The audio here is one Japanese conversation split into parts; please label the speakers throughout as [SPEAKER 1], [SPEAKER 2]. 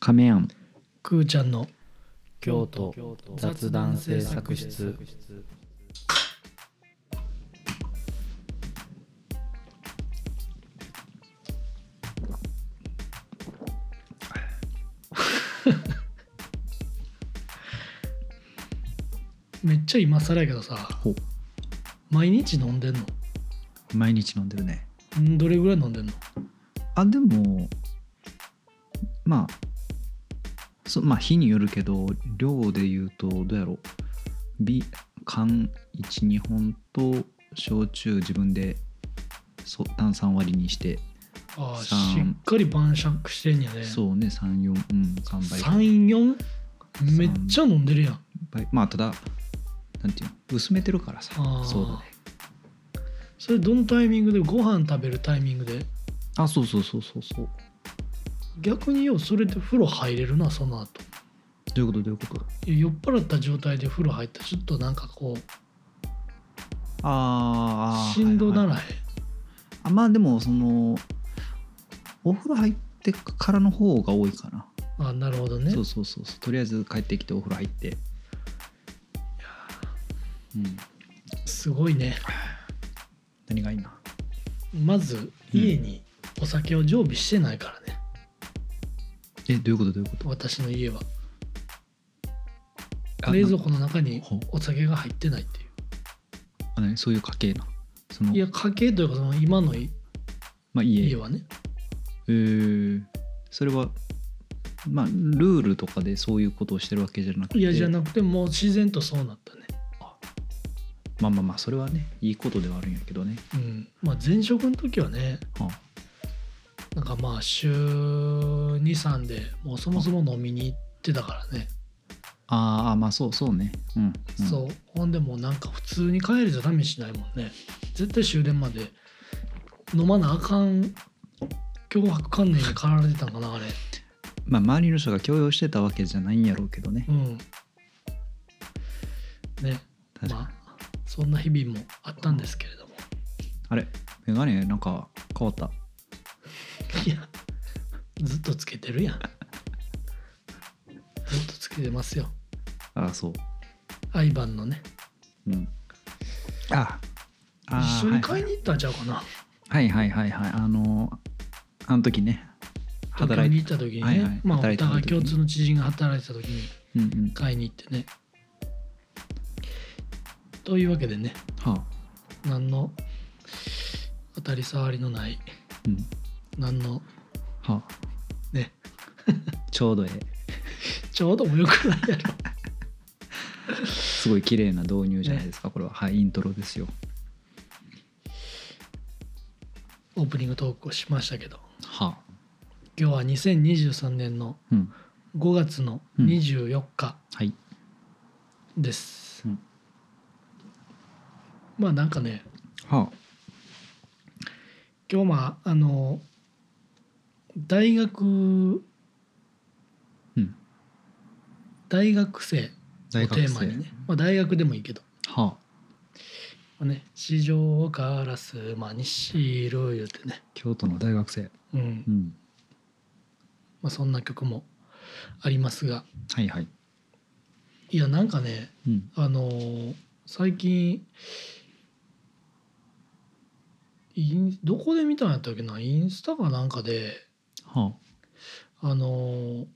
[SPEAKER 1] 亀庵
[SPEAKER 2] くーちゃんの
[SPEAKER 3] 京都雑談制作室
[SPEAKER 2] めっちゃ今更やけどさ
[SPEAKER 1] ほ
[SPEAKER 2] 毎日飲んでんの
[SPEAKER 1] 毎日飲んでるね
[SPEAKER 2] んどれぐらい飲んでんの
[SPEAKER 1] あでもまあそまあ日によるけど量で言うとどうやろうビ缶12本と焼酎自分でそ炭酸割りにして
[SPEAKER 2] ああし
[SPEAKER 1] さん
[SPEAKER 2] っかり晩酌してんやね
[SPEAKER 1] そうね34うん3倍
[SPEAKER 2] 34めっちゃ飲んでるやん
[SPEAKER 1] 倍まあただなんていうの薄めてるからさ
[SPEAKER 2] あー
[SPEAKER 1] そうだね
[SPEAKER 2] それどのタイミングでご飯食べるタイミングで
[SPEAKER 1] あそうそうそうそうそう
[SPEAKER 2] 逆によそれで風呂入れるなその後
[SPEAKER 1] どういうことどういうこと
[SPEAKER 2] いや酔っ払った状態で風呂入ったらちょっとなんかこう
[SPEAKER 1] あーあー
[SPEAKER 2] しんどな
[SPEAKER 1] はいはい
[SPEAKER 2] らへん
[SPEAKER 1] あまあでもそのお風呂入ってからの方が多いかな、
[SPEAKER 2] あなるほどね
[SPEAKER 1] そうそうそうそうとりあえず帰ってきてお風呂入ってうん
[SPEAKER 2] すごいね
[SPEAKER 1] 何がいいな
[SPEAKER 2] まず
[SPEAKER 1] うん
[SPEAKER 2] 家にお酒を常備してないからね、
[SPEAKER 1] えどういうことどういうこと
[SPEAKER 2] 私の家は
[SPEAKER 1] あ
[SPEAKER 2] 冷蔵
[SPEAKER 1] な
[SPEAKER 2] 庫の中に
[SPEAKER 1] ほう
[SPEAKER 2] お酒が入ってないっていう
[SPEAKER 1] あ何そういう家系なその
[SPEAKER 2] いや家計というかその今のい
[SPEAKER 1] まあ、家
[SPEAKER 2] 家はね
[SPEAKER 1] えーそれはまあルールとかでそういうことをしてるわけじゃなくて
[SPEAKER 2] いやじゃなくてもう自然とそうなったね
[SPEAKER 1] まあまあまあそれはねいいことではあるんやけどね、
[SPEAKER 2] うんまあ前職の時はね
[SPEAKER 1] は
[SPEAKER 2] なんかまあ週23でもうそもそも飲みに行ってたからね、
[SPEAKER 1] あ、あーあーまあそうそうねうん、うん、
[SPEAKER 2] そうほんでもうなんか普通に帰るじゃダメしないもんね絶対終電まで飲まなあかん脅迫観念に駆られてたんかなあれ
[SPEAKER 1] まあ周りの人が強要してたわけじゃないんやろうけどね
[SPEAKER 2] うんね
[SPEAKER 1] 確かに
[SPEAKER 2] まあそんな日々もあったんですけれども
[SPEAKER 1] あれメガネなんか変わった
[SPEAKER 2] いやずっとつけてるやんずっとつけてますよ
[SPEAKER 1] ああそう
[SPEAKER 2] アイバンのね
[SPEAKER 1] うんああー
[SPEAKER 2] 一緒に買いに行ったんちゃうかな
[SPEAKER 1] はいはいはいはいはいあのーあの時ね働
[SPEAKER 2] 東京
[SPEAKER 1] いて
[SPEAKER 2] に行った時にね、
[SPEAKER 1] はいはい
[SPEAKER 2] まあお
[SPEAKER 1] 働いてた
[SPEAKER 2] 互い
[SPEAKER 1] 時に
[SPEAKER 2] 共通の知人が働いてた時に
[SPEAKER 1] うんうん
[SPEAKER 2] 買いに行ってねというわけでね
[SPEAKER 1] はあ
[SPEAKER 2] 何の当たり障りのない
[SPEAKER 1] うん
[SPEAKER 2] 何の
[SPEAKER 1] は
[SPEAKER 2] ね
[SPEAKER 1] あちょうどええ
[SPEAKER 2] ちょうどもよくないやろ
[SPEAKER 1] すごい綺麗な導入じゃないですか、これははいイントロですよ
[SPEAKER 2] オープニングトークをしましたけど
[SPEAKER 1] はあ
[SPEAKER 2] 今日は2023年の
[SPEAKER 1] うん
[SPEAKER 2] 5月の
[SPEAKER 1] うん
[SPEAKER 2] 24日
[SPEAKER 1] はい
[SPEAKER 2] です、
[SPEAKER 1] うん
[SPEAKER 2] まあなんかね
[SPEAKER 1] は
[SPEAKER 2] 今日まああの大学
[SPEAKER 1] あうん
[SPEAKER 2] 大学生を
[SPEAKER 1] 大
[SPEAKER 2] テ
[SPEAKER 1] 学
[SPEAKER 2] ーマ
[SPEAKER 1] 生
[SPEAKER 2] にね、まあ、大学でもいいけど、
[SPEAKER 1] はあ
[SPEAKER 2] まあね、市場ガラス間に白い言うてね、
[SPEAKER 1] 京都の大学生
[SPEAKER 2] うん
[SPEAKER 1] うん
[SPEAKER 2] まあ、そんな曲もありますが
[SPEAKER 1] はいはい
[SPEAKER 2] いやなんかね
[SPEAKER 1] うん
[SPEAKER 2] あのー最近インどこで見たんやったっけなインスタかなんかで
[SPEAKER 1] は
[SPEAKER 2] あのー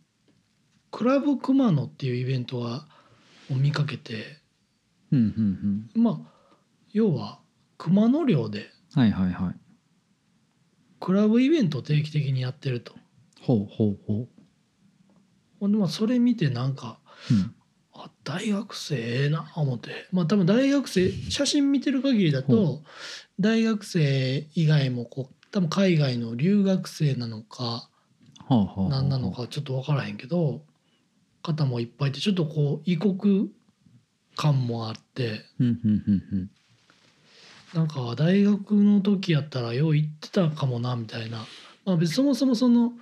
[SPEAKER 2] クラブ熊野っていうイベントがを見かけて
[SPEAKER 1] あうんうんうん
[SPEAKER 2] まあ要は熊野寮で
[SPEAKER 1] はいはいはい
[SPEAKER 2] クラブイベントを定期的にやってると
[SPEAKER 1] ほうほうほ
[SPEAKER 2] ほんでまあそれ見てなんか
[SPEAKER 1] ううん
[SPEAKER 2] あ大学生ええな思ってまあ多分大学生写真見てる限りだと大学生以外もこう多分海外の留学生なのか
[SPEAKER 1] はあはあはあ
[SPEAKER 2] 何なのかちょっと分からへんけど方もいっぱいいてちょっとこう異国感もあって
[SPEAKER 1] うんうんうんうん
[SPEAKER 2] なんか大学の時やったらよう行ってたかもなみたいなまあ別にそもそもその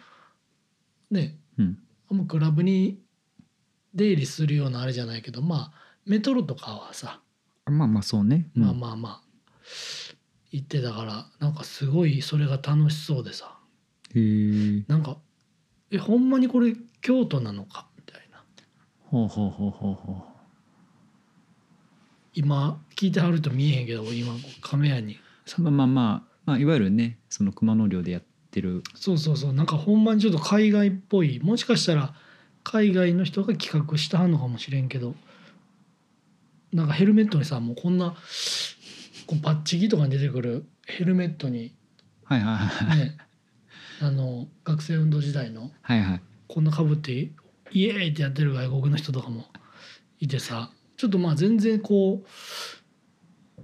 [SPEAKER 2] ね
[SPEAKER 1] うん
[SPEAKER 2] あんまクラブに出入りするようなあれじゃないけどまあメトロとかはさ
[SPEAKER 1] あまあまあそうね、うん
[SPEAKER 2] まあまあまあ行ってたからなんかすごいそれが楽しそうでさ
[SPEAKER 1] へえ
[SPEAKER 2] なんかえほんまにこれ京都なのかみたいな
[SPEAKER 1] ほうほうほうほうほ
[SPEAKER 2] 今聞いてはると見えへんけど今亀屋に
[SPEAKER 1] うまあまあまあ、まあ、いわゆるねその熊野寮でやってる
[SPEAKER 2] そうそうそうなんかほんまにちょっと海外っぽいもしかしたら海外の人が企画したのかもしれんけどなんかヘルメットにさもうこんなこうパッチギとかに出てくるヘルメットに
[SPEAKER 1] はいはいはい
[SPEAKER 2] ね あの学生運動時代の
[SPEAKER 1] はいはい
[SPEAKER 2] こんなかぶってイエーイってやってる外国の人とかもいてさちょっとまあ全然こう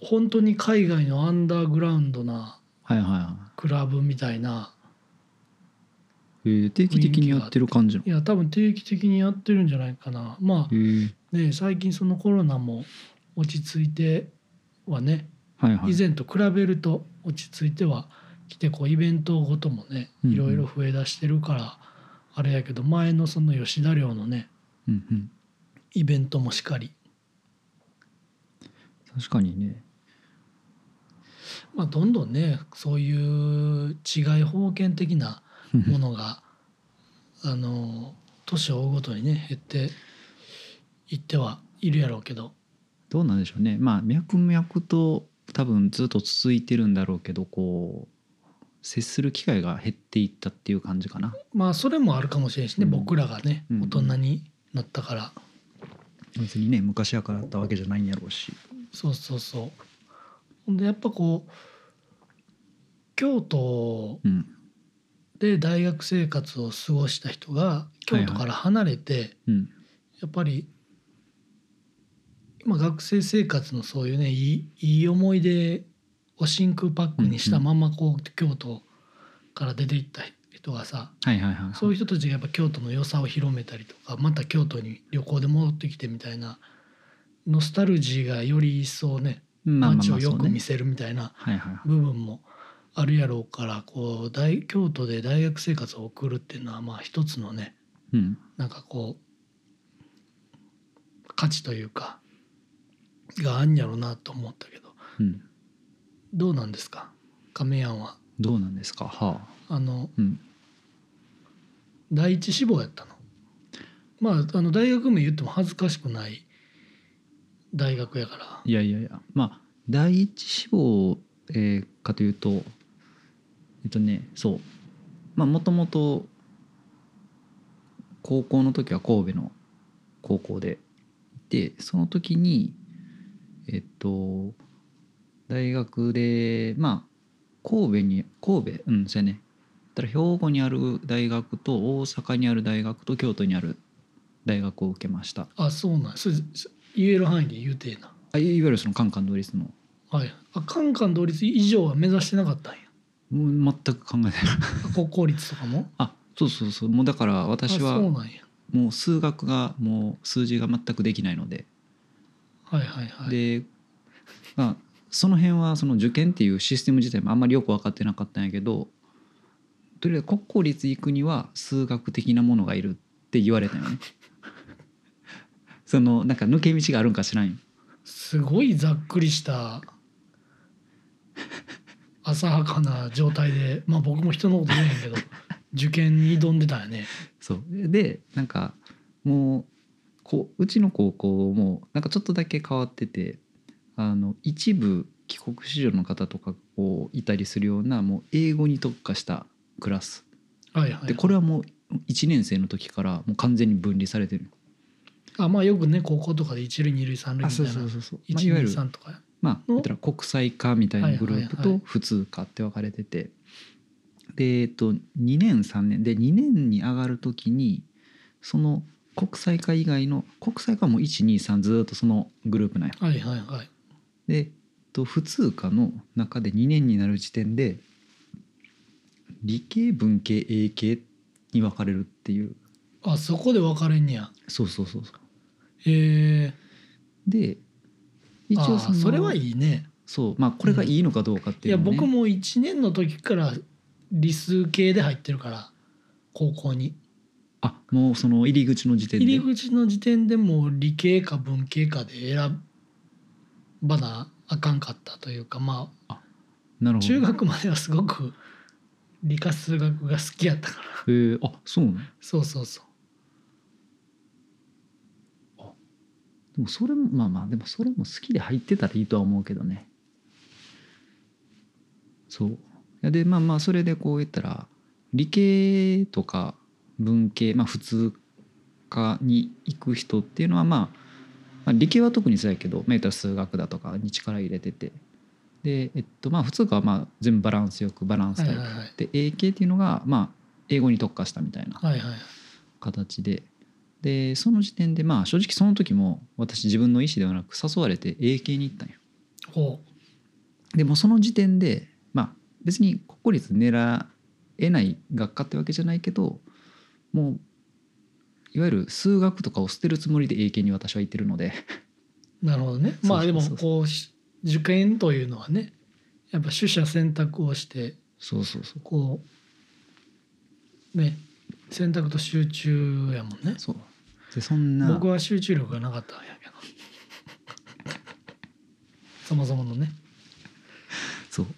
[SPEAKER 2] 本当に海外のアンダーグラウンドな
[SPEAKER 1] はいはいは、
[SPEAKER 2] クラブみたいな
[SPEAKER 1] え
[SPEAKER 2] い
[SPEAKER 1] ー定期的にやってる感じの
[SPEAKER 2] いや多分定期的にやってるんじゃないかなま
[SPEAKER 1] えー
[SPEAKER 2] あね最近そのコロナも落ち着いてはね
[SPEAKER 1] はいはい
[SPEAKER 2] 以前と比べると落ち着いてはきてこうイベントごともね
[SPEAKER 1] うんうん
[SPEAKER 2] いろいろ増えだしてるからあれやけど前のその吉田寮のね
[SPEAKER 1] うんうん
[SPEAKER 2] イベントもしかり
[SPEAKER 1] 確かにね
[SPEAKER 2] まあどんどんねそういう違い封建的なもの があの年を追うごとにね減っていってはいるやろうけど
[SPEAKER 1] どうなんでしょうねまあ脈々と多分ずっと続いてるんだろうけどこう接する機会が減っていったっていう感じかな
[SPEAKER 2] まあそれもあるかもしれんしね、
[SPEAKER 1] うん
[SPEAKER 2] 僕らがね
[SPEAKER 1] うん
[SPEAKER 2] 大人になったから、
[SPEAKER 1] 別にね昔やからあったわけじゃないんやろうし
[SPEAKER 2] そうそうそうほんでやっぱこう京都
[SPEAKER 1] うん
[SPEAKER 2] で大学生活を過ごした人が京都から離れて、
[SPEAKER 1] うん
[SPEAKER 2] やっぱり今学生生活のそういうねいいいい思い出を真空パックにしたままこう京都から出ていった人がさ
[SPEAKER 1] はいはいはい
[SPEAKER 2] そういう人たちがやっぱ京都の良さを広めたりとかまた京都に旅行で戻ってきてみたいなノスタルジーがより一層ね
[SPEAKER 1] まあまあまあ
[SPEAKER 2] 街をよ
[SPEAKER 1] そう
[SPEAKER 2] く
[SPEAKER 1] ね
[SPEAKER 2] 見せるみたいな
[SPEAKER 1] はいはいはい
[SPEAKER 2] 部分もあるやろうからこう大京都で大学生活を送るっていうのはまあ一つのね
[SPEAKER 1] うん
[SPEAKER 2] なんかこう価値というかがあんやろなと思ったけど
[SPEAKER 1] うん
[SPEAKER 2] どうなんですか亀やんは
[SPEAKER 1] どうなんですかはあ
[SPEAKER 2] あの
[SPEAKER 1] うん
[SPEAKER 2] 第一志望やったのまああの大学名言っても恥ずかしくない大学やから
[SPEAKER 1] いやいやいやまあ第一志望、えーかというとえっとねそうまあもともと高校の時は神戸の高校ででその時にえっと大学でまあ神戸に神戸うんそうやねだから兵庫にある大学と大阪にある大学と京都にある大学を受けました
[SPEAKER 2] あそうなんそれそ言える範囲で言うてえな
[SPEAKER 1] あいいわゆるそのカンカン同率の
[SPEAKER 2] はいあカンカン同率以上は目指してなかったんや
[SPEAKER 1] もう全く考えてない
[SPEAKER 2] あ国公立とかも
[SPEAKER 1] あそうそうそうもうだから私
[SPEAKER 2] あそう
[SPEAKER 1] は
[SPEAKER 2] なんや
[SPEAKER 1] もう数学がもう数字が全くできないので、
[SPEAKER 2] はいはいはい
[SPEAKER 1] で、まあ、その辺はその受験っていうシステム自体もあんまりよく分かってなかったんやけどとりあえず国公立行くには数学的なものがいるって言われたよね。 そのなんか抜け道があるんか知らんよ。
[SPEAKER 2] すごいざっくりした浅はかな状態でまあ僕も人のこと言えへんけど受験に挑んでたよね
[SPEAKER 1] そうでなんかもうこううちの高校もなんかちょっとだけ変わっててあの一部帰国子女の方とかこういたりするようなもう英語に特化したクラス
[SPEAKER 2] はいはい
[SPEAKER 1] でこれはもう1年生の時からもう完全に分離されてる
[SPEAKER 2] あまあよくね高校とかで一塁二塁三塁みたいな
[SPEAKER 1] そうそうまあ、い
[SPEAKER 2] 一
[SPEAKER 1] わゆ
[SPEAKER 2] 塁
[SPEAKER 1] る
[SPEAKER 2] 三とか
[SPEAKER 1] まあ
[SPEAKER 2] の
[SPEAKER 1] 言ったら国際科みたいなグループ
[SPEAKER 2] はいはい
[SPEAKER 1] と
[SPEAKER 2] は
[SPEAKER 1] 普通科って分かれてて、でえっと2年3年で2年に上がる時にその国際科以外の国際科はもう123ずーっとそのグループなんや
[SPEAKER 2] はいはいはい
[SPEAKER 1] で、えっと、普通科の中で2年になる時点で理系文系英系に分かれるっていう
[SPEAKER 2] あそこで分かれんねや
[SPEAKER 1] そうそうそうそう
[SPEAKER 2] へえ
[SPEAKER 1] で一応
[SPEAKER 2] そ
[SPEAKER 1] の
[SPEAKER 2] れはいいね
[SPEAKER 1] そうまあこれがいいのかどうかって
[SPEAKER 2] い
[SPEAKER 1] い
[SPEAKER 2] や
[SPEAKER 1] うの、ね
[SPEAKER 2] 僕も一年の時から理数系で入ってるから高校に
[SPEAKER 1] あもうその入り口の時点で
[SPEAKER 2] 入り口の時点でもう理系か文系かで選ばなあかんかったというかま
[SPEAKER 1] なるほ
[SPEAKER 2] あ
[SPEAKER 1] ど
[SPEAKER 2] 中学まではすごく理科数学が好きやったから
[SPEAKER 1] えー、あそうなので
[SPEAKER 2] そうそうそう
[SPEAKER 1] もそれもまあまあでもそれも好きで入ってたらいいとは思うけどねそういやでまあまあそれでこう言ったら理系とか文系まあ普通科に行く人っていうのはまあ、まあ理系は特にそうやけどメーター数学だとかに力入れててでえっとまあ普通科はまあ全部バランスよくバランス
[SPEAKER 2] は
[SPEAKER 1] タイ
[SPEAKER 2] い
[SPEAKER 1] プ
[SPEAKER 2] はいはい
[SPEAKER 1] で A 系っていうのがまあ英語に特化したみたいな
[SPEAKER 2] はいはい
[SPEAKER 1] 形ででその時点でまあ正直その時も私自分の意思ではなく誘われて A 系に行ったんよ
[SPEAKER 2] ほ
[SPEAKER 1] でもその時点でまあ別に国公立狙えない学科ってわけじゃないけどもういわゆる数学とかを捨てるつもりで A 系に私は行ってるので
[SPEAKER 2] うなるほどね
[SPEAKER 1] そう
[SPEAKER 2] まあでも
[SPEAKER 1] そうそう
[SPEAKER 2] こうし受験というのはねやっぱ取捨選択をして
[SPEAKER 1] そうそうそう
[SPEAKER 2] こうね選択と集中やもんね
[SPEAKER 1] そうでそんな
[SPEAKER 2] 僕は集中力がなかったんやけどそもそものね
[SPEAKER 1] そうっ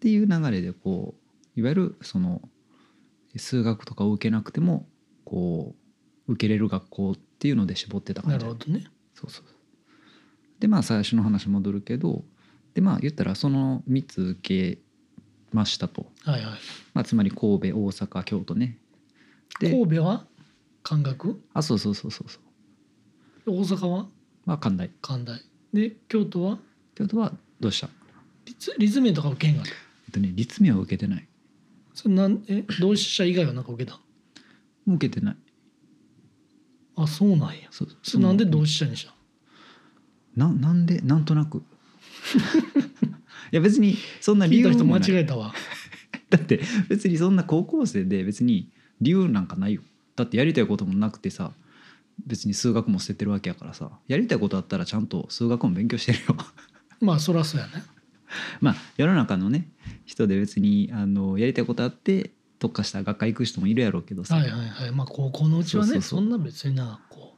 [SPEAKER 1] ていう流れでこういわゆるその数学とかを受けなくてもこう受けれる学校っていうので絞ってた
[SPEAKER 2] な
[SPEAKER 1] 感じ
[SPEAKER 2] るほどね
[SPEAKER 1] そうそうでまあ最初の話戻るけどでまあ言ったらその3つ受けましたと、
[SPEAKER 2] はいはい
[SPEAKER 1] まあ、つまり神戸大阪京都ねで
[SPEAKER 2] 神戸は漢学
[SPEAKER 1] あそうそうそうそうそう
[SPEAKER 2] 大阪は
[SPEAKER 1] まあ関大
[SPEAKER 2] 関大で京都は
[SPEAKER 1] 京都はどうした
[SPEAKER 2] 立立命とか受けんが
[SPEAKER 1] えっとね立命は受けてない
[SPEAKER 2] それなんえ同志社以外はなんか受けたん
[SPEAKER 1] もう受けてない
[SPEAKER 2] あそうなんや
[SPEAKER 1] そう
[SPEAKER 2] それなんで
[SPEAKER 1] その
[SPEAKER 2] 同志社にしたん
[SPEAKER 1] ななんでなんとなく いや別にそんな理
[SPEAKER 2] 聞い
[SPEAKER 1] 由
[SPEAKER 2] た人
[SPEAKER 1] も
[SPEAKER 2] 間
[SPEAKER 1] ない
[SPEAKER 2] 違えたわ
[SPEAKER 1] だって別にそんな高校生で別に理由なんかないよだってやりたいこともなくてさ別に数学も捨ててるわけやからさやりたいことあったらちゃんと数学も勉強してるよ
[SPEAKER 2] まあそらそうやね
[SPEAKER 1] まあ世の中のね人で別にあのやりたいことあって特化した学科行く人もいるやろうけどさ、
[SPEAKER 2] はいはいはいまあ高校のうちはねそ
[SPEAKER 1] そうそうそうん
[SPEAKER 2] な別になこ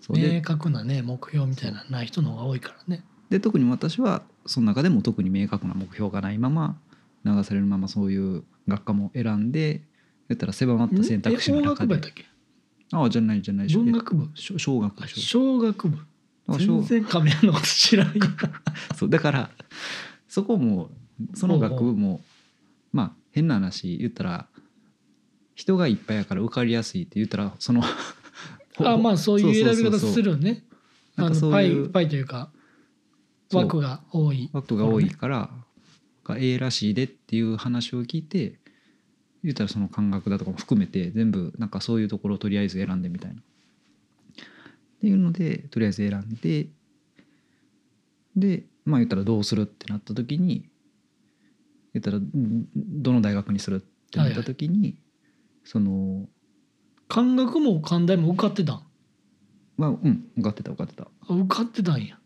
[SPEAKER 1] そううで
[SPEAKER 2] 明確なね目標みたいなのない人の方が多いからね
[SPEAKER 1] で特に私はその中でも特に明確な目標がないまま流されるままそういう学科も選んで言ったら狭まった選択肢の
[SPEAKER 2] え
[SPEAKER 1] 中
[SPEAKER 2] 法学部やっ
[SPEAKER 1] で
[SPEAKER 2] たっけ
[SPEAKER 1] ああじゃないじゃない
[SPEAKER 2] 文学部
[SPEAKER 1] 小小学
[SPEAKER 2] あ
[SPEAKER 1] 小
[SPEAKER 2] 小学部
[SPEAKER 1] だから
[SPEAKER 2] 全
[SPEAKER 1] 小
[SPEAKER 2] 然亀屋のこと知らん やん
[SPEAKER 1] そうだからそこもその学部もまあ変な話言ったら人がいっぱいやから受かりやすいって言ったらその
[SPEAKER 2] あまあそういう選び
[SPEAKER 1] そ
[SPEAKER 2] 方
[SPEAKER 1] うそうそう
[SPEAKER 2] するよね
[SPEAKER 1] なん
[SPEAKER 2] あ
[SPEAKER 1] か
[SPEAKER 2] の
[SPEAKER 1] そう
[SPEAKER 2] パ
[SPEAKER 1] い
[SPEAKER 2] イ
[SPEAKER 1] う
[SPEAKER 2] パイというか
[SPEAKER 1] そう
[SPEAKER 2] 枠が多い
[SPEAKER 1] 枠が多いからが A らしいでっていう話を聞いて言ったらその感覚だとかも含めて全部なんかそういうところをとりあえず選んでみたいな。っていうのでとりあえず選んででまあ言ったらどうするってなった時に言ったらんどの大学にするってなった時に、その
[SPEAKER 2] 漢学も漢大も受かってたん
[SPEAKER 1] まあうん受かってた受かってた。
[SPEAKER 2] あ受かってたんや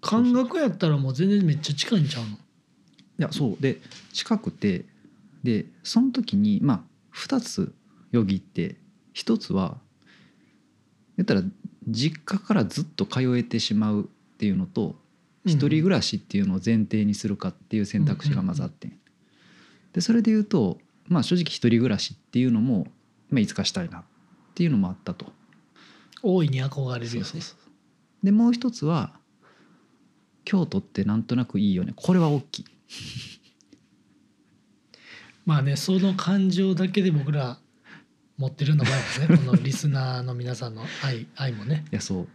[SPEAKER 2] 漢学やったらもう全然めっちゃ近いんちゃうの
[SPEAKER 1] いやそうで近くてでその時にまあ2つよぎって1つは言ったら実家からずっと通えてしまうっていうのと
[SPEAKER 2] うん
[SPEAKER 1] 一人暮らしっていうのを前提にするかっていう選択肢が混ざってんでそれで言うとまあ正直一人暮らしっていうのも、まあ、いつかしたいなっていうのもあったと。
[SPEAKER 2] 大いに憧れるよ
[SPEAKER 1] そう
[SPEAKER 2] ね
[SPEAKER 1] そうそうでもう一つは京都ってなんとなくいいよねこれは大きい。
[SPEAKER 2] まあねその感情だけで僕ら持ってるような場合ですねこ のリスナーの皆さんの愛愛もね
[SPEAKER 1] いやそう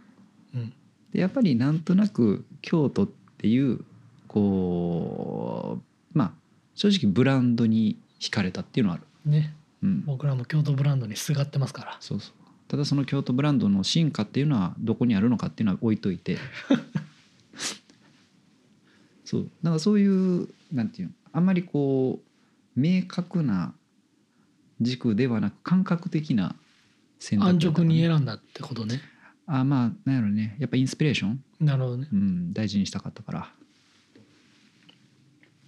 [SPEAKER 2] うん
[SPEAKER 1] でやっぱりなんとなく京都っていうこうまあ正直ブランドに惹かれたっていうのはある、
[SPEAKER 2] ね
[SPEAKER 1] うん、
[SPEAKER 2] 僕らも京都ブランドにすがってますから
[SPEAKER 1] そうそうただその京都ブランドの進化っていうのはどこにあるのかっていうのは置いといて そうなんかそういうなんていうのあんまりこう明確な軸ではなく感覚的な選だ
[SPEAKER 2] 安
[SPEAKER 1] ったか
[SPEAKER 2] 直
[SPEAKER 1] な
[SPEAKER 2] に選んだってことね
[SPEAKER 1] あまあなんやろねやっぱインスピレーション、
[SPEAKER 2] なるほどね
[SPEAKER 1] うん、大事にしたかったから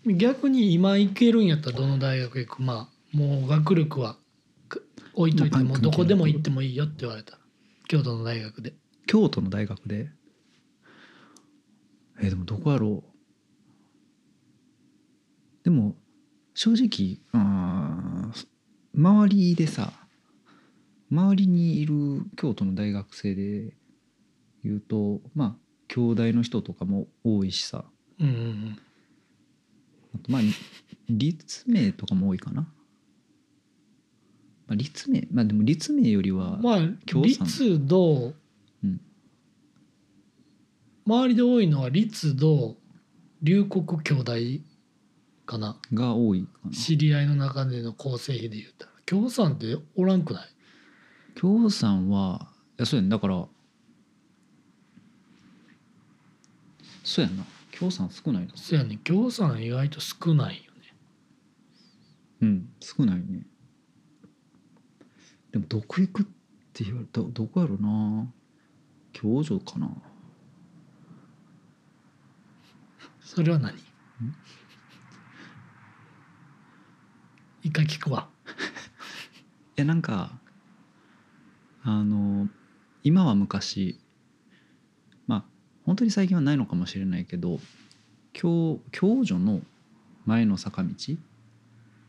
[SPEAKER 2] 逆に今行けるんやったらどの大学行くまあもう学力はく置いといて
[SPEAKER 1] まあ
[SPEAKER 2] もう
[SPEAKER 1] 関係な
[SPEAKER 2] ど
[SPEAKER 1] い
[SPEAKER 2] こでも行ってもいいよって言われたら京都の大学で
[SPEAKER 1] 京都の大学でえーでもどこやろうでも正直あー周りでさ周りにいる京都の大学生で言うとまあ京大の人とかも多いしさ
[SPEAKER 2] うんうん
[SPEAKER 1] あとまあ立命とかも多いかな、まあ、立命まあでも立命より
[SPEAKER 2] う
[SPEAKER 1] は
[SPEAKER 2] ん、まあ
[SPEAKER 1] 共産
[SPEAKER 2] 立道、
[SPEAKER 1] うん
[SPEAKER 2] 周りで多いのは立道龍谷兄弟かな
[SPEAKER 1] が多いかな
[SPEAKER 2] 知り合いの中での構成比で言ったら共産っておらんくない
[SPEAKER 1] 京さんはいやそうやんだからそうやんな京さん少ないな
[SPEAKER 2] そうやね共産意外と少ないよね
[SPEAKER 1] うん少ないねでもどこ行くって言われたどこやろな京女かな
[SPEAKER 2] それは何一回聞くわ
[SPEAKER 1] いやなんかあの今は昔まあ本当に最近はないのかもしれないけど共共助の前の坂道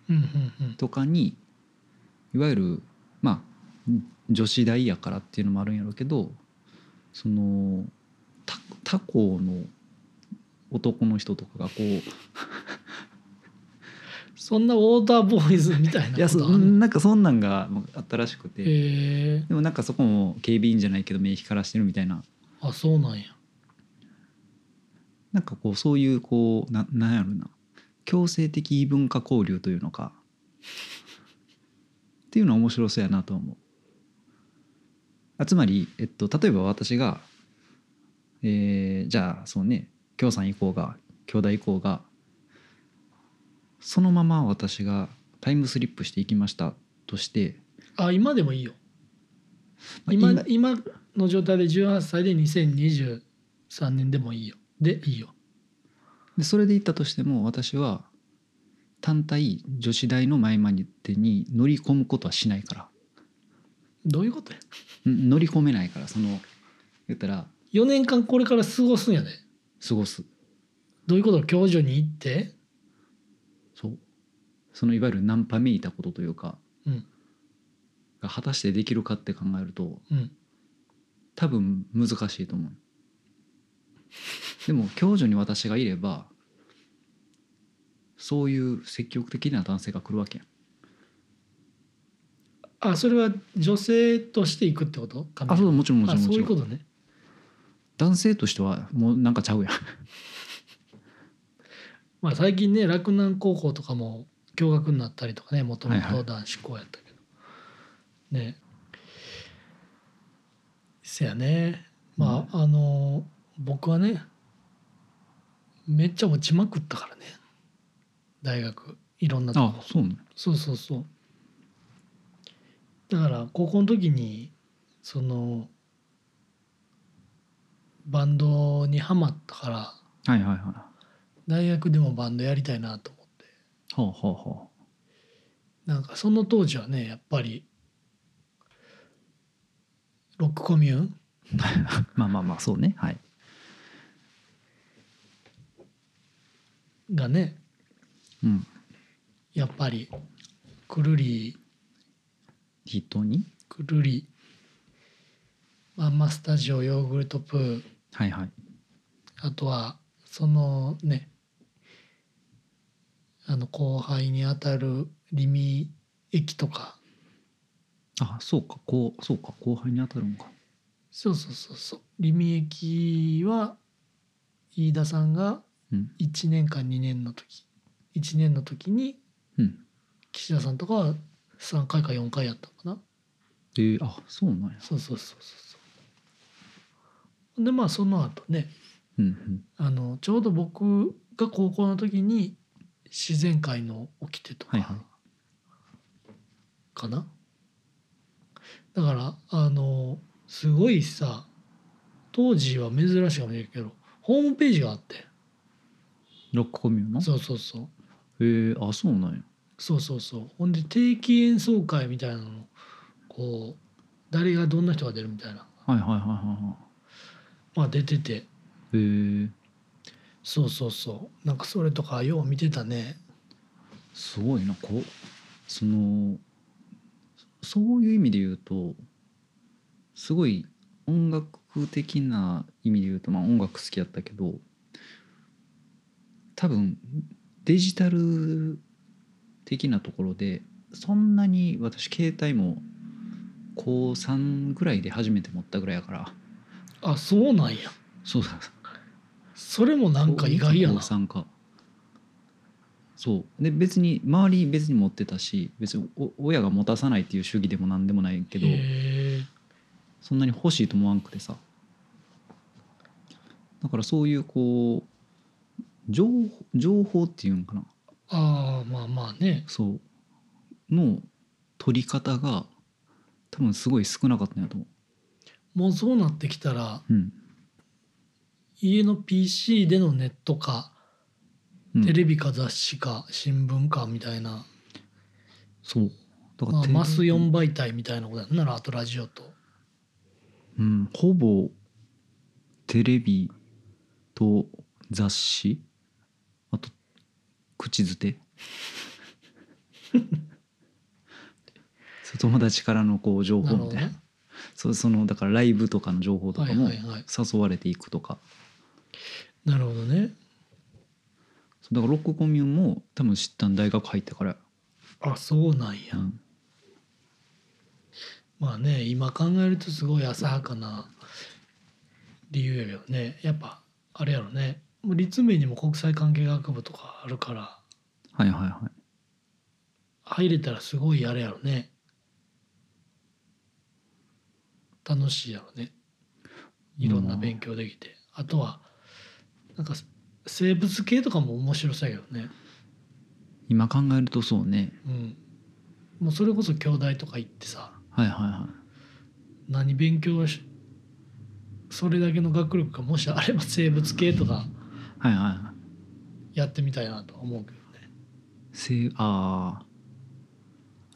[SPEAKER 2] うんうんうん
[SPEAKER 1] とかにいわゆるまあ女子大やからっていうのもあるんやろうけどその他他校の男の人とかがこう
[SPEAKER 2] そんなウォーターボーイズみたい
[SPEAKER 1] い
[SPEAKER 2] な
[SPEAKER 1] や
[SPEAKER 2] こ
[SPEAKER 1] そ
[SPEAKER 2] とあ
[SPEAKER 1] うん
[SPEAKER 2] の
[SPEAKER 1] なんかそんなんがあったらしくて。
[SPEAKER 2] へえ
[SPEAKER 1] でもなんかそこも警備員じゃないけど目光らしてるみたいな
[SPEAKER 2] あそうなんや
[SPEAKER 1] なんかこうそういうこうななんやろな強制的異文化交流というのかっていうのは面白そうやなとは思うあつまり、えっと、例えば私が、えーじゃあそうね京さん以降が京大以降がそのまま私がタイムスリップしていきましたとして、
[SPEAKER 2] あ今でもいいよ
[SPEAKER 1] まあ
[SPEAKER 2] 今今の状態で18歳で2023年でもいいよでいいよ
[SPEAKER 1] でそれで行ったとしても私は単体女子大の前までに乗り込むことはしないから
[SPEAKER 2] どういうことや
[SPEAKER 1] ん乗り込めないからその言ったら
[SPEAKER 2] 4年間これから過ごすんやで
[SPEAKER 1] 過ごす
[SPEAKER 2] どういうこと教授に行って
[SPEAKER 1] そうそのいわゆるナンパめいたことというか、
[SPEAKER 2] うん
[SPEAKER 1] が果たしてできるかって考えると
[SPEAKER 2] うん
[SPEAKER 1] 多分難しいと思うでも共助に私がいればそういう積極的な男性が来るわけやん
[SPEAKER 2] あそれは女性として行くってこと
[SPEAKER 1] あそうもちろんもち
[SPEAKER 2] あ
[SPEAKER 1] ろんも
[SPEAKER 2] そう
[SPEAKER 1] ち
[SPEAKER 2] い
[SPEAKER 1] ろ
[SPEAKER 2] うんことね
[SPEAKER 1] 男性としてはもうなんかちゃうやん
[SPEAKER 2] まあ最近ね洛南高校とかも共学になったりとかねもとも
[SPEAKER 1] はいは
[SPEAKER 2] と
[SPEAKER 1] い
[SPEAKER 2] 男子校やったけど、ねせやねまあ、あの僕はねめっちゃ落ちまくったからね大学いろんなとこ
[SPEAKER 1] あそうなの
[SPEAKER 2] そうそうそうだから高校の時にそのバンドにハマったから
[SPEAKER 1] はいはいはい。は
[SPEAKER 2] 大学でもバンドやりたいなと思って
[SPEAKER 1] あはあは
[SPEAKER 2] なんかその当時はねやっぱりロックコミューン
[SPEAKER 1] あ。まあまあまあそうね。はい。
[SPEAKER 2] がね
[SPEAKER 1] うん。
[SPEAKER 2] やっぱりくるり
[SPEAKER 1] 人に。
[SPEAKER 2] くるりマンマスタジオヨーグルトプー
[SPEAKER 1] はいはい。
[SPEAKER 2] あとはそのねあの後輩にあたるリミ駅とか
[SPEAKER 1] あそうかこうそうか後輩に当たるんか。
[SPEAKER 2] そうそうそうそうリミ駅は飯田さんが
[SPEAKER 1] うん
[SPEAKER 2] 1年か2年の時1年の時に
[SPEAKER 1] うん。
[SPEAKER 2] 岸田さんとかは3回か4回やったのかな
[SPEAKER 1] えー、あそうなんや。
[SPEAKER 2] そうそうそうそうそうでまあその後ね
[SPEAKER 1] うんうん。
[SPEAKER 2] あのちょうど僕が高校の時に自然界の掟と
[SPEAKER 1] はいは
[SPEAKER 2] か
[SPEAKER 1] い
[SPEAKER 2] かな、だからあのすごいさ当時は珍しいかもしれないけどホームページがあって
[SPEAKER 1] ロックコミューの。
[SPEAKER 2] そうそうそう
[SPEAKER 1] えー、あそうなんや。
[SPEAKER 2] そうそうそうほんで定期演奏会みたいなのこう誰がどんな人が出るみたいな
[SPEAKER 1] はいはいはいはいは
[SPEAKER 2] まあ出てて
[SPEAKER 1] い。えー、
[SPEAKER 2] そうそうそうなんかそれとかよう見てたね
[SPEAKER 1] すごいなこうそのそういう意味で言うとすごい音楽的な意味で言うと、まあ、音楽好きやったけど多分デジタル的なところでそんなに私携帯も高3ぐらいで初めて持ったぐらいやから
[SPEAKER 2] あそうなんや
[SPEAKER 1] そうだ
[SPEAKER 2] それもなんか意外やな
[SPEAKER 1] そう高3かそうで別に周り別に持ってたし別にお親が持たさないっていう主義でも何でもないけど
[SPEAKER 2] へえ
[SPEAKER 1] そんなに欲しいと思わんくてさだからそういうこう情報情報っていうんかな
[SPEAKER 2] ああまあまあね
[SPEAKER 1] そうの取り方が多分すごい少なかったんやと思
[SPEAKER 2] もうそうなってきたら
[SPEAKER 1] う、うん
[SPEAKER 2] 家の PC でのネットか
[SPEAKER 1] うん、
[SPEAKER 2] テレビか雑誌か新聞かみたいな、
[SPEAKER 1] そうだ
[SPEAKER 2] まあ、
[SPEAKER 1] テレビ
[SPEAKER 2] マス4媒体みたいなことやんならあとラジオと
[SPEAKER 1] うん、ほぼテレビと雑誌あと口づて そう友達からのこう情
[SPEAKER 2] な
[SPEAKER 1] 報
[SPEAKER 2] るほ
[SPEAKER 1] み
[SPEAKER 2] ど
[SPEAKER 1] たいな
[SPEAKER 2] ね
[SPEAKER 1] そうそのだからライブとかの情報と
[SPEAKER 2] は
[SPEAKER 1] か
[SPEAKER 2] い
[SPEAKER 1] も
[SPEAKER 2] はいはい
[SPEAKER 1] 誘われていくとか、
[SPEAKER 2] なるほどね
[SPEAKER 1] そうだからロックコミューンも多分知ったん大学入ってから
[SPEAKER 2] あそうなんや
[SPEAKER 1] やん
[SPEAKER 2] まあね今考えるとすごい浅はかな理由やけどねやっぱあれやろねもう立命にも国際関係学部とかあるから
[SPEAKER 1] はいはいはい
[SPEAKER 2] 入れたらすごいあれやろね楽しいやろねいろんな勉強できて、あとはなんか生物系とかも面白そうやけどね、
[SPEAKER 1] 今考えるとそうね
[SPEAKER 2] うん、もうそれこそ京大とか行ってさ
[SPEAKER 1] はいはいはい
[SPEAKER 2] 何勉強しそれだけの学力がもしあれば生物系とか
[SPEAKER 1] はいはいはい
[SPEAKER 2] やってみたいなとは思うけどね
[SPEAKER 1] せあーあ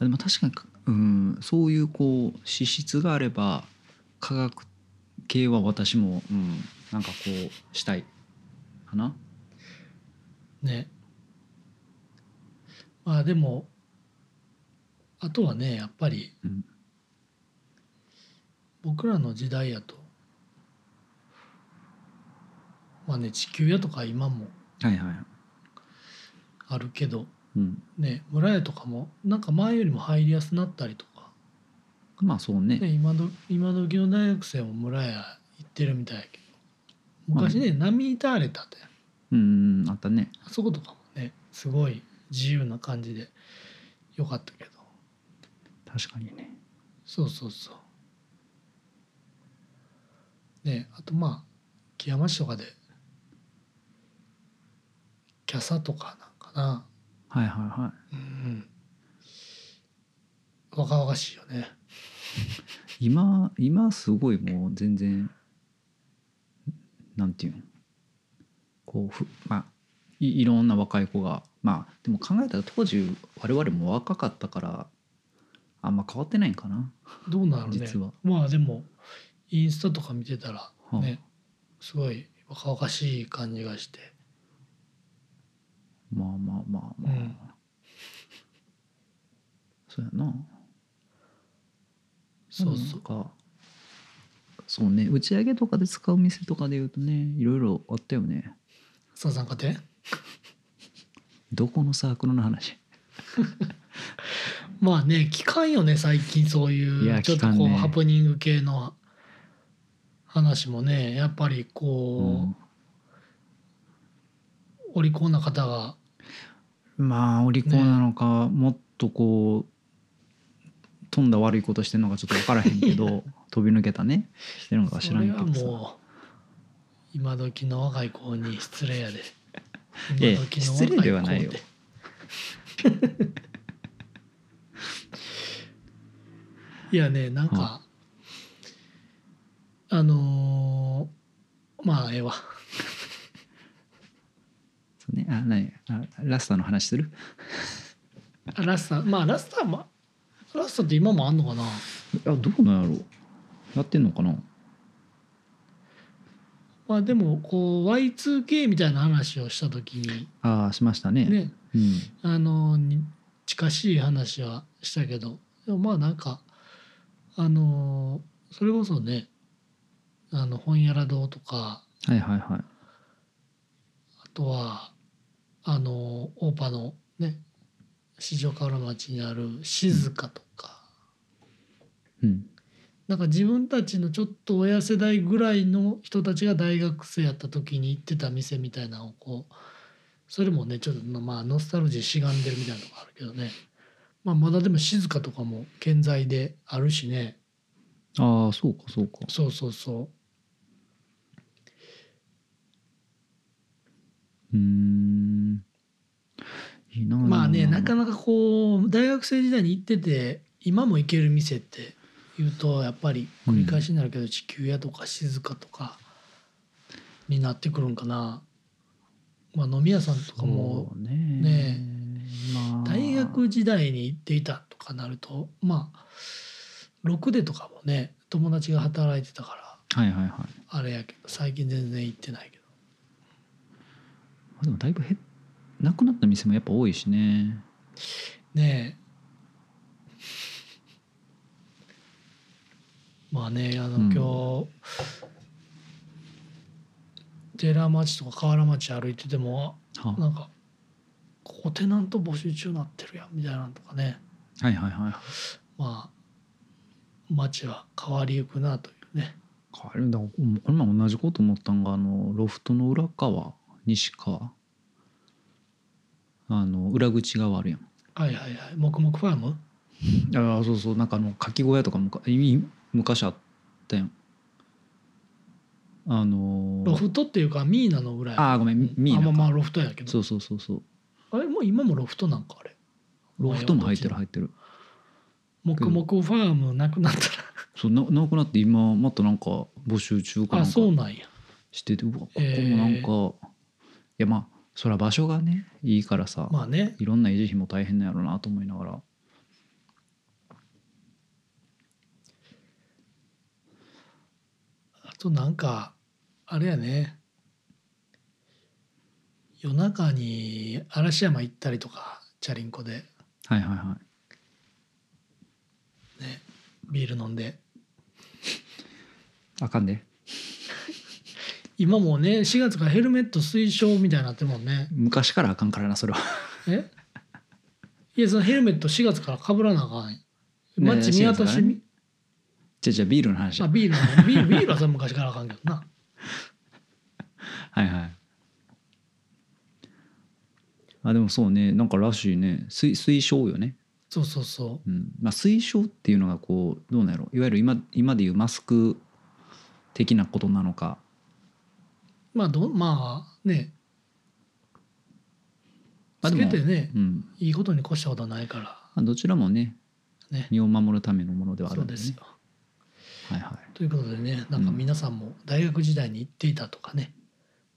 [SPEAKER 1] でも確かにうんそういうこう資質があれば科学系は私も、うん、なんかこうしたいかな
[SPEAKER 2] ねまあでもあとはねやっぱり、
[SPEAKER 1] うん
[SPEAKER 2] 僕らの時代やとまあね地球屋とか今も
[SPEAKER 1] はいはいはい
[SPEAKER 2] あるけど
[SPEAKER 1] うん、
[SPEAKER 2] ね村屋とかもなんか前よりも入りやすくなったりとか、
[SPEAKER 1] まあそうね
[SPEAKER 2] ね、今ど今時の大学生も村屋行ってるみたいやけど昔ね、波板荒れたって
[SPEAKER 1] うんあったね
[SPEAKER 2] あそことかもねすごい自由な感じでよかったけど
[SPEAKER 1] 確かにね
[SPEAKER 2] そうそうそうねあとまあ木山市とかでキャサとかなんかな
[SPEAKER 1] はいはいは
[SPEAKER 2] うん若々しいよね
[SPEAKER 1] い今今すごいもう全然なんていうのこうふまあいいろんな若い子がまあでも考えたら当時我々も若かったからあんま変わってないんかな
[SPEAKER 2] どうなるね
[SPEAKER 1] 実は
[SPEAKER 2] まあでもインスタとか見てたら
[SPEAKER 1] はあ
[SPEAKER 2] ね、すごい若々しい感じがして
[SPEAKER 1] まあまあまあまあ、
[SPEAKER 2] うん
[SPEAKER 1] そうやな
[SPEAKER 2] そう
[SPEAKER 1] な
[SPEAKER 2] そ
[SPEAKER 1] ん
[SPEAKER 2] う
[SPEAKER 1] かそうね打ち上げとかで使う店とかで言うとねいろいろあったよね
[SPEAKER 2] さあ参加店
[SPEAKER 1] どこのサークルの話
[SPEAKER 2] まあね聞かんよね最近そう
[SPEAKER 1] い
[SPEAKER 2] いう
[SPEAKER 1] や
[SPEAKER 2] ちょっと
[SPEAKER 1] 聞
[SPEAKER 2] こ
[SPEAKER 1] か
[SPEAKER 2] うん
[SPEAKER 1] ね
[SPEAKER 2] ハプニング系の話もねやっぱり
[SPEAKER 1] う
[SPEAKER 2] こ
[SPEAKER 1] ん
[SPEAKER 2] う、お利口な方が
[SPEAKER 1] まあお利口なのか、もっとこう飛んだ悪いことしてるのかちょっと分からへんけ ど飛び抜けたねしてるのか知
[SPEAKER 2] そ
[SPEAKER 1] らん
[SPEAKER 2] れ
[SPEAKER 1] け
[SPEAKER 2] は
[SPEAKER 1] どさ
[SPEAKER 2] もう今時の若い子に失礼やで
[SPEAKER 1] いやいや
[SPEAKER 2] 今時の
[SPEAKER 1] 失礼ではないよ
[SPEAKER 2] 若い子っていやねなんか
[SPEAKER 1] は、
[SPEAKER 2] あのーまあええわ
[SPEAKER 1] そうねあ何あラスターの話する
[SPEAKER 2] あラスターまあラスターもラスターって今もあんのかな
[SPEAKER 1] あどうなんやろうやってんのかな
[SPEAKER 2] まあでもこう Y2K みたいな話をした時に
[SPEAKER 1] ああしましたね
[SPEAKER 2] ね
[SPEAKER 1] うん
[SPEAKER 2] あのに近しい話はしたけどでもまあなんかあのそれこそねあの本屋ら堂とか
[SPEAKER 1] はいはいはい
[SPEAKER 2] あとはあの大パのね四条河原町にある静かとか、
[SPEAKER 1] うん
[SPEAKER 2] なんか自分たちのちょっと親世代ぐらいの人たちが大学生やった時に行ってた店みたいなのをこうそれもねちょっとまあノスタルジーしがんでるみたいなのがあるけどね、まあ、まだでも静かとかも健在であるしね
[SPEAKER 1] ああそうかそうか
[SPEAKER 2] そうそうそう
[SPEAKER 1] うーんいいな
[SPEAKER 2] まあね
[SPEAKER 1] でも
[SPEAKER 2] なかなかこう大学生時代に行ってて今も行ける店って言うとやっぱり繰り返しになるけど、地球屋とか静かとかになってくるんかな。まあ、飲み屋さんとかも
[SPEAKER 1] そうね
[SPEAKER 2] ね
[SPEAKER 1] まあ
[SPEAKER 2] 大学時代に行っていたとかなるとまあろくでとかもね友達が働いてたか
[SPEAKER 1] はいはいはいま
[SPEAKER 2] らあれやけど最近全然行ってないけど
[SPEAKER 1] あでもだいぶ減っなくなった店もやっぱ多いしね
[SPEAKER 2] ねえ まあねあの
[SPEAKER 1] うん
[SPEAKER 2] 今日、寺町とか河原町歩いてても
[SPEAKER 1] は
[SPEAKER 2] あなんかここテナント募集中なってるやんみたいなのとかね
[SPEAKER 1] はいはいはい
[SPEAKER 2] まあ町は変わりゆくなというね
[SPEAKER 1] 変わるんだこれも同じこと思ったんがあのロフトの裏側西側あの裏口側あるやん
[SPEAKER 2] はいはいはい黙々ファーム
[SPEAKER 1] ああそうそうなんかあのかき小屋とかむかい昔あったやんあのー
[SPEAKER 2] ロフトっていうかミーナのぐらい
[SPEAKER 1] ああごめんミー
[SPEAKER 2] あまあま
[SPEAKER 1] ナ
[SPEAKER 2] あ
[SPEAKER 1] か
[SPEAKER 2] ロフトやけ
[SPEAKER 1] そ
[SPEAKER 2] ど
[SPEAKER 1] うそうそうそう
[SPEAKER 2] あれもう今もロフトなんかあれ
[SPEAKER 1] ロフトも入ってる
[SPEAKER 2] まあ
[SPEAKER 1] 入ってる
[SPEAKER 2] 黙々ファームなくなった
[SPEAKER 1] そうななくなって今またなんか募集中からなん
[SPEAKER 2] あ
[SPEAKER 1] か
[SPEAKER 2] そうなんや
[SPEAKER 1] しててうわここもなんか、いやまあそら場所がねいいからさ、
[SPEAKER 2] まあね
[SPEAKER 1] いろんな維持費も大変なんやろうなと思いながら
[SPEAKER 2] あとなんかあれやね夜中に嵐山行ったりとかチャリンコで
[SPEAKER 1] はいはいはい
[SPEAKER 2] ビール飲んで
[SPEAKER 1] あかんで
[SPEAKER 2] 今もうね4月からヘルメット推奨みたいになってるもんね
[SPEAKER 1] 昔からあかんからなそれは
[SPEAKER 2] えいやそのヘルメット4月からかぶらなあかんやん
[SPEAKER 1] ね
[SPEAKER 2] 街見渡
[SPEAKER 1] 4月か
[SPEAKER 2] し、
[SPEAKER 1] らねじゃあじゃあビールの話
[SPEAKER 2] あ
[SPEAKER 1] は
[SPEAKER 2] ビールなのビールビールはそれ昔からあかんけどない
[SPEAKER 1] はいあでもそうねなんからしいね推推奨よね、
[SPEAKER 2] そうそうそ
[SPEAKER 1] うんまあ、推奨っていうのがこうどうなんやろいわゆる今今でいうマスク的なことなのか
[SPEAKER 2] うまあどまあね
[SPEAKER 1] まあ
[SPEAKER 2] つ
[SPEAKER 1] で
[SPEAKER 2] け
[SPEAKER 1] も
[SPEAKER 2] てね
[SPEAKER 1] うん
[SPEAKER 2] いいことに越したことはないから
[SPEAKER 1] まあ、どちらもね
[SPEAKER 2] ね
[SPEAKER 1] 身を守るためのものではあ
[SPEAKER 2] そ
[SPEAKER 1] る
[SPEAKER 2] うん
[SPEAKER 1] で,、
[SPEAKER 2] で
[SPEAKER 1] ね、
[SPEAKER 2] すよ
[SPEAKER 1] はいはい
[SPEAKER 2] ということでねなんか皆さんも大学時代に行っていたとかね、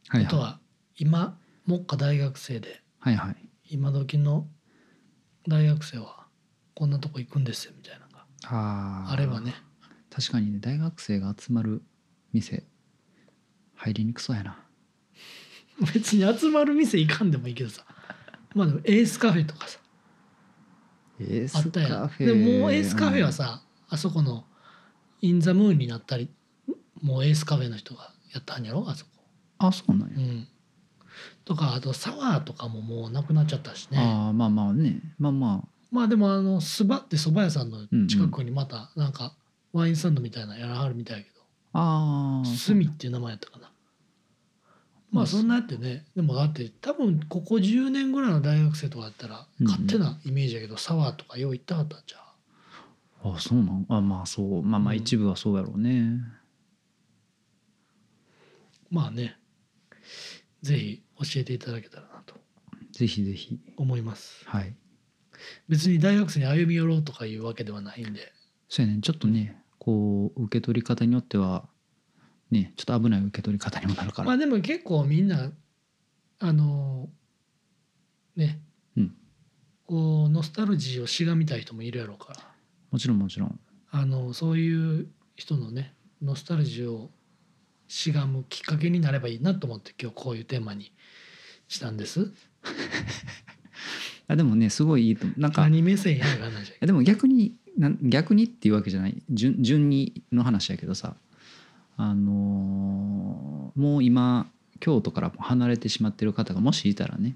[SPEAKER 1] はい
[SPEAKER 2] あと
[SPEAKER 1] はい
[SPEAKER 2] は今目下大学生で
[SPEAKER 1] はいはい
[SPEAKER 2] 今時の大学生はこんなとこ行くんですよみたいなのが
[SPEAKER 1] あー
[SPEAKER 2] あればね
[SPEAKER 1] 確かにね大学生が集まる店入りにくそうやな
[SPEAKER 2] 別に集まる店行かんでもいいけどさまあでもエースカフェとかさ
[SPEAKER 1] エー
[SPEAKER 2] あ
[SPEAKER 1] ス
[SPEAKER 2] ったや
[SPEAKER 1] カ
[SPEAKER 2] ん
[SPEAKER 1] フェ
[SPEAKER 2] でももうエースカフェはさ、あそこのイン・ザ・ムーンになったりもうエースカフェの人がやったんやろあそこ
[SPEAKER 1] うんあそうなんや、
[SPEAKER 2] うんとかあとサワーとかももうなくなっちゃったしね
[SPEAKER 1] ああまあまあねまあま
[SPEAKER 2] まあでもあのスバって蕎麦屋さんの近くにまたなんかワインサンドみたいなのやらはるみたいやけど
[SPEAKER 1] あああ
[SPEAKER 2] スミっていう名前やったかなまあそんなやってねでもだって多分ここ10年ぐらいの大学生とかだったら
[SPEAKER 1] うんうん
[SPEAKER 2] 勝手なイメージやけどサワーとかよう行ったかったんちゃう
[SPEAKER 1] あそうなんあまあそうまあまあ
[SPEAKER 2] うん
[SPEAKER 1] 一部はそうやろうね、
[SPEAKER 2] まあね、ぜひ教えていただけたらなと
[SPEAKER 1] ぜひぜひ
[SPEAKER 2] 思います。
[SPEAKER 1] はい
[SPEAKER 2] 別に大学生に歩み寄ろうとかいうわけではないんで、
[SPEAKER 1] そうやねちょっとねこう受け取り方によってはねちょっと危ない受け取り方にもなるから、
[SPEAKER 2] まあでも結構みんな、あのね、
[SPEAKER 1] うん
[SPEAKER 2] こう、ノスタルジーをしがみたい人もいるやろうから、
[SPEAKER 1] もちろんもちろん
[SPEAKER 2] あのそういう人のね、ノスタルジーをしがむきっかけになればいいなと思って今日こういうテーマにしたんです。
[SPEAKER 1] あでもねすごいいいと思うなんか
[SPEAKER 2] 何目線やねんかなじゃ
[SPEAKER 1] えでも逆になん逆にっていうわけじゃない順順にの話やけどさあのーもう今京都から離れてしまってる方がもしいたらね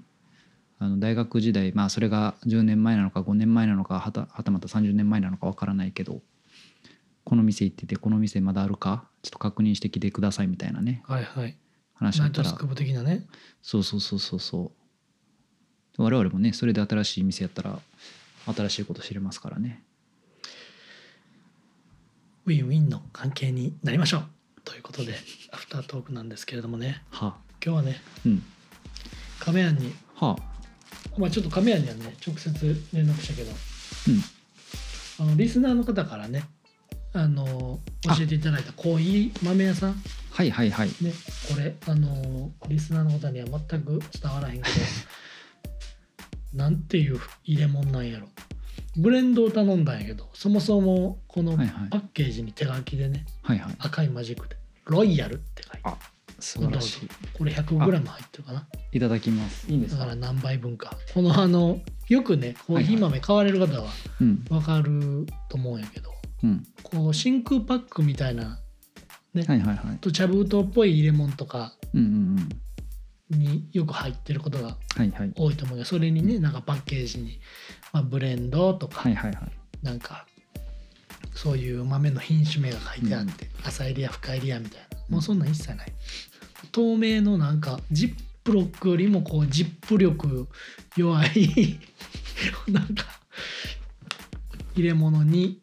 [SPEAKER 1] あの大学時代まあそれが10年前なのか5年前なのかはたはたまた30年前なのかわからないけどこの店行っててこの店まだあるかちょっと確認してきてくださいみたいなね
[SPEAKER 2] あはいはい
[SPEAKER 1] 話あ
[SPEAKER 2] ナ
[SPEAKER 1] っ
[SPEAKER 2] イ
[SPEAKER 1] た
[SPEAKER 2] トス
[SPEAKER 1] ら
[SPEAKER 2] クープ的なね
[SPEAKER 1] そうそうそうそうそう我々もねそれで新しい店やったら新しいこと知れますからね
[SPEAKER 2] ウィンウィンの関係になりましょうとい うことでアフタートークなんですけれどもね
[SPEAKER 1] は
[SPEAKER 2] 今日はね
[SPEAKER 1] あうん
[SPEAKER 2] 亀庵に
[SPEAKER 1] はあ
[SPEAKER 2] まあちょっと亀庵にはね直接連絡したけど
[SPEAKER 1] うん
[SPEAKER 2] あのリスナーの方からねあの教
[SPEAKER 1] あ
[SPEAKER 2] えていただいたコーヒー豆屋さん
[SPEAKER 1] はいはいはい
[SPEAKER 2] ねこれあのリスナーの方には全く伝わら へんけどなんていう入れ物なんやろブレンドを頼んだんやけどそもそもこの
[SPEAKER 1] はいはい
[SPEAKER 2] パッケージに手書きでね
[SPEAKER 1] はいはい
[SPEAKER 2] 赤いマジックで「ロイヤル」って書いて
[SPEAKER 1] あ素晴らし
[SPEAKER 2] これ 100g 入ってるかない
[SPEAKER 1] いただきますいいんです
[SPEAKER 2] だか
[SPEAKER 1] から
[SPEAKER 2] 何倍分かこのあのよくねコーヒー豆買われる方は
[SPEAKER 1] うん
[SPEAKER 2] 分かると思うんやけど
[SPEAKER 1] うん
[SPEAKER 2] こう真空パックみたいな
[SPEAKER 1] はいはいはい
[SPEAKER 2] と茶封筒っぽい入れ物とか
[SPEAKER 1] うんうんうん
[SPEAKER 2] によく入ってることが
[SPEAKER 1] はいはい
[SPEAKER 2] 多いと思うけどそれにねなんかパッケージに、まあ、ブレンドとか、
[SPEAKER 1] はいはいはい
[SPEAKER 2] なんかそういう豆の品種名が書いてあって、浅入りや深入りやみたいなもうそんなん一切ない透明のなんかジップロックよりもこうジップ力弱い なんか入れ物に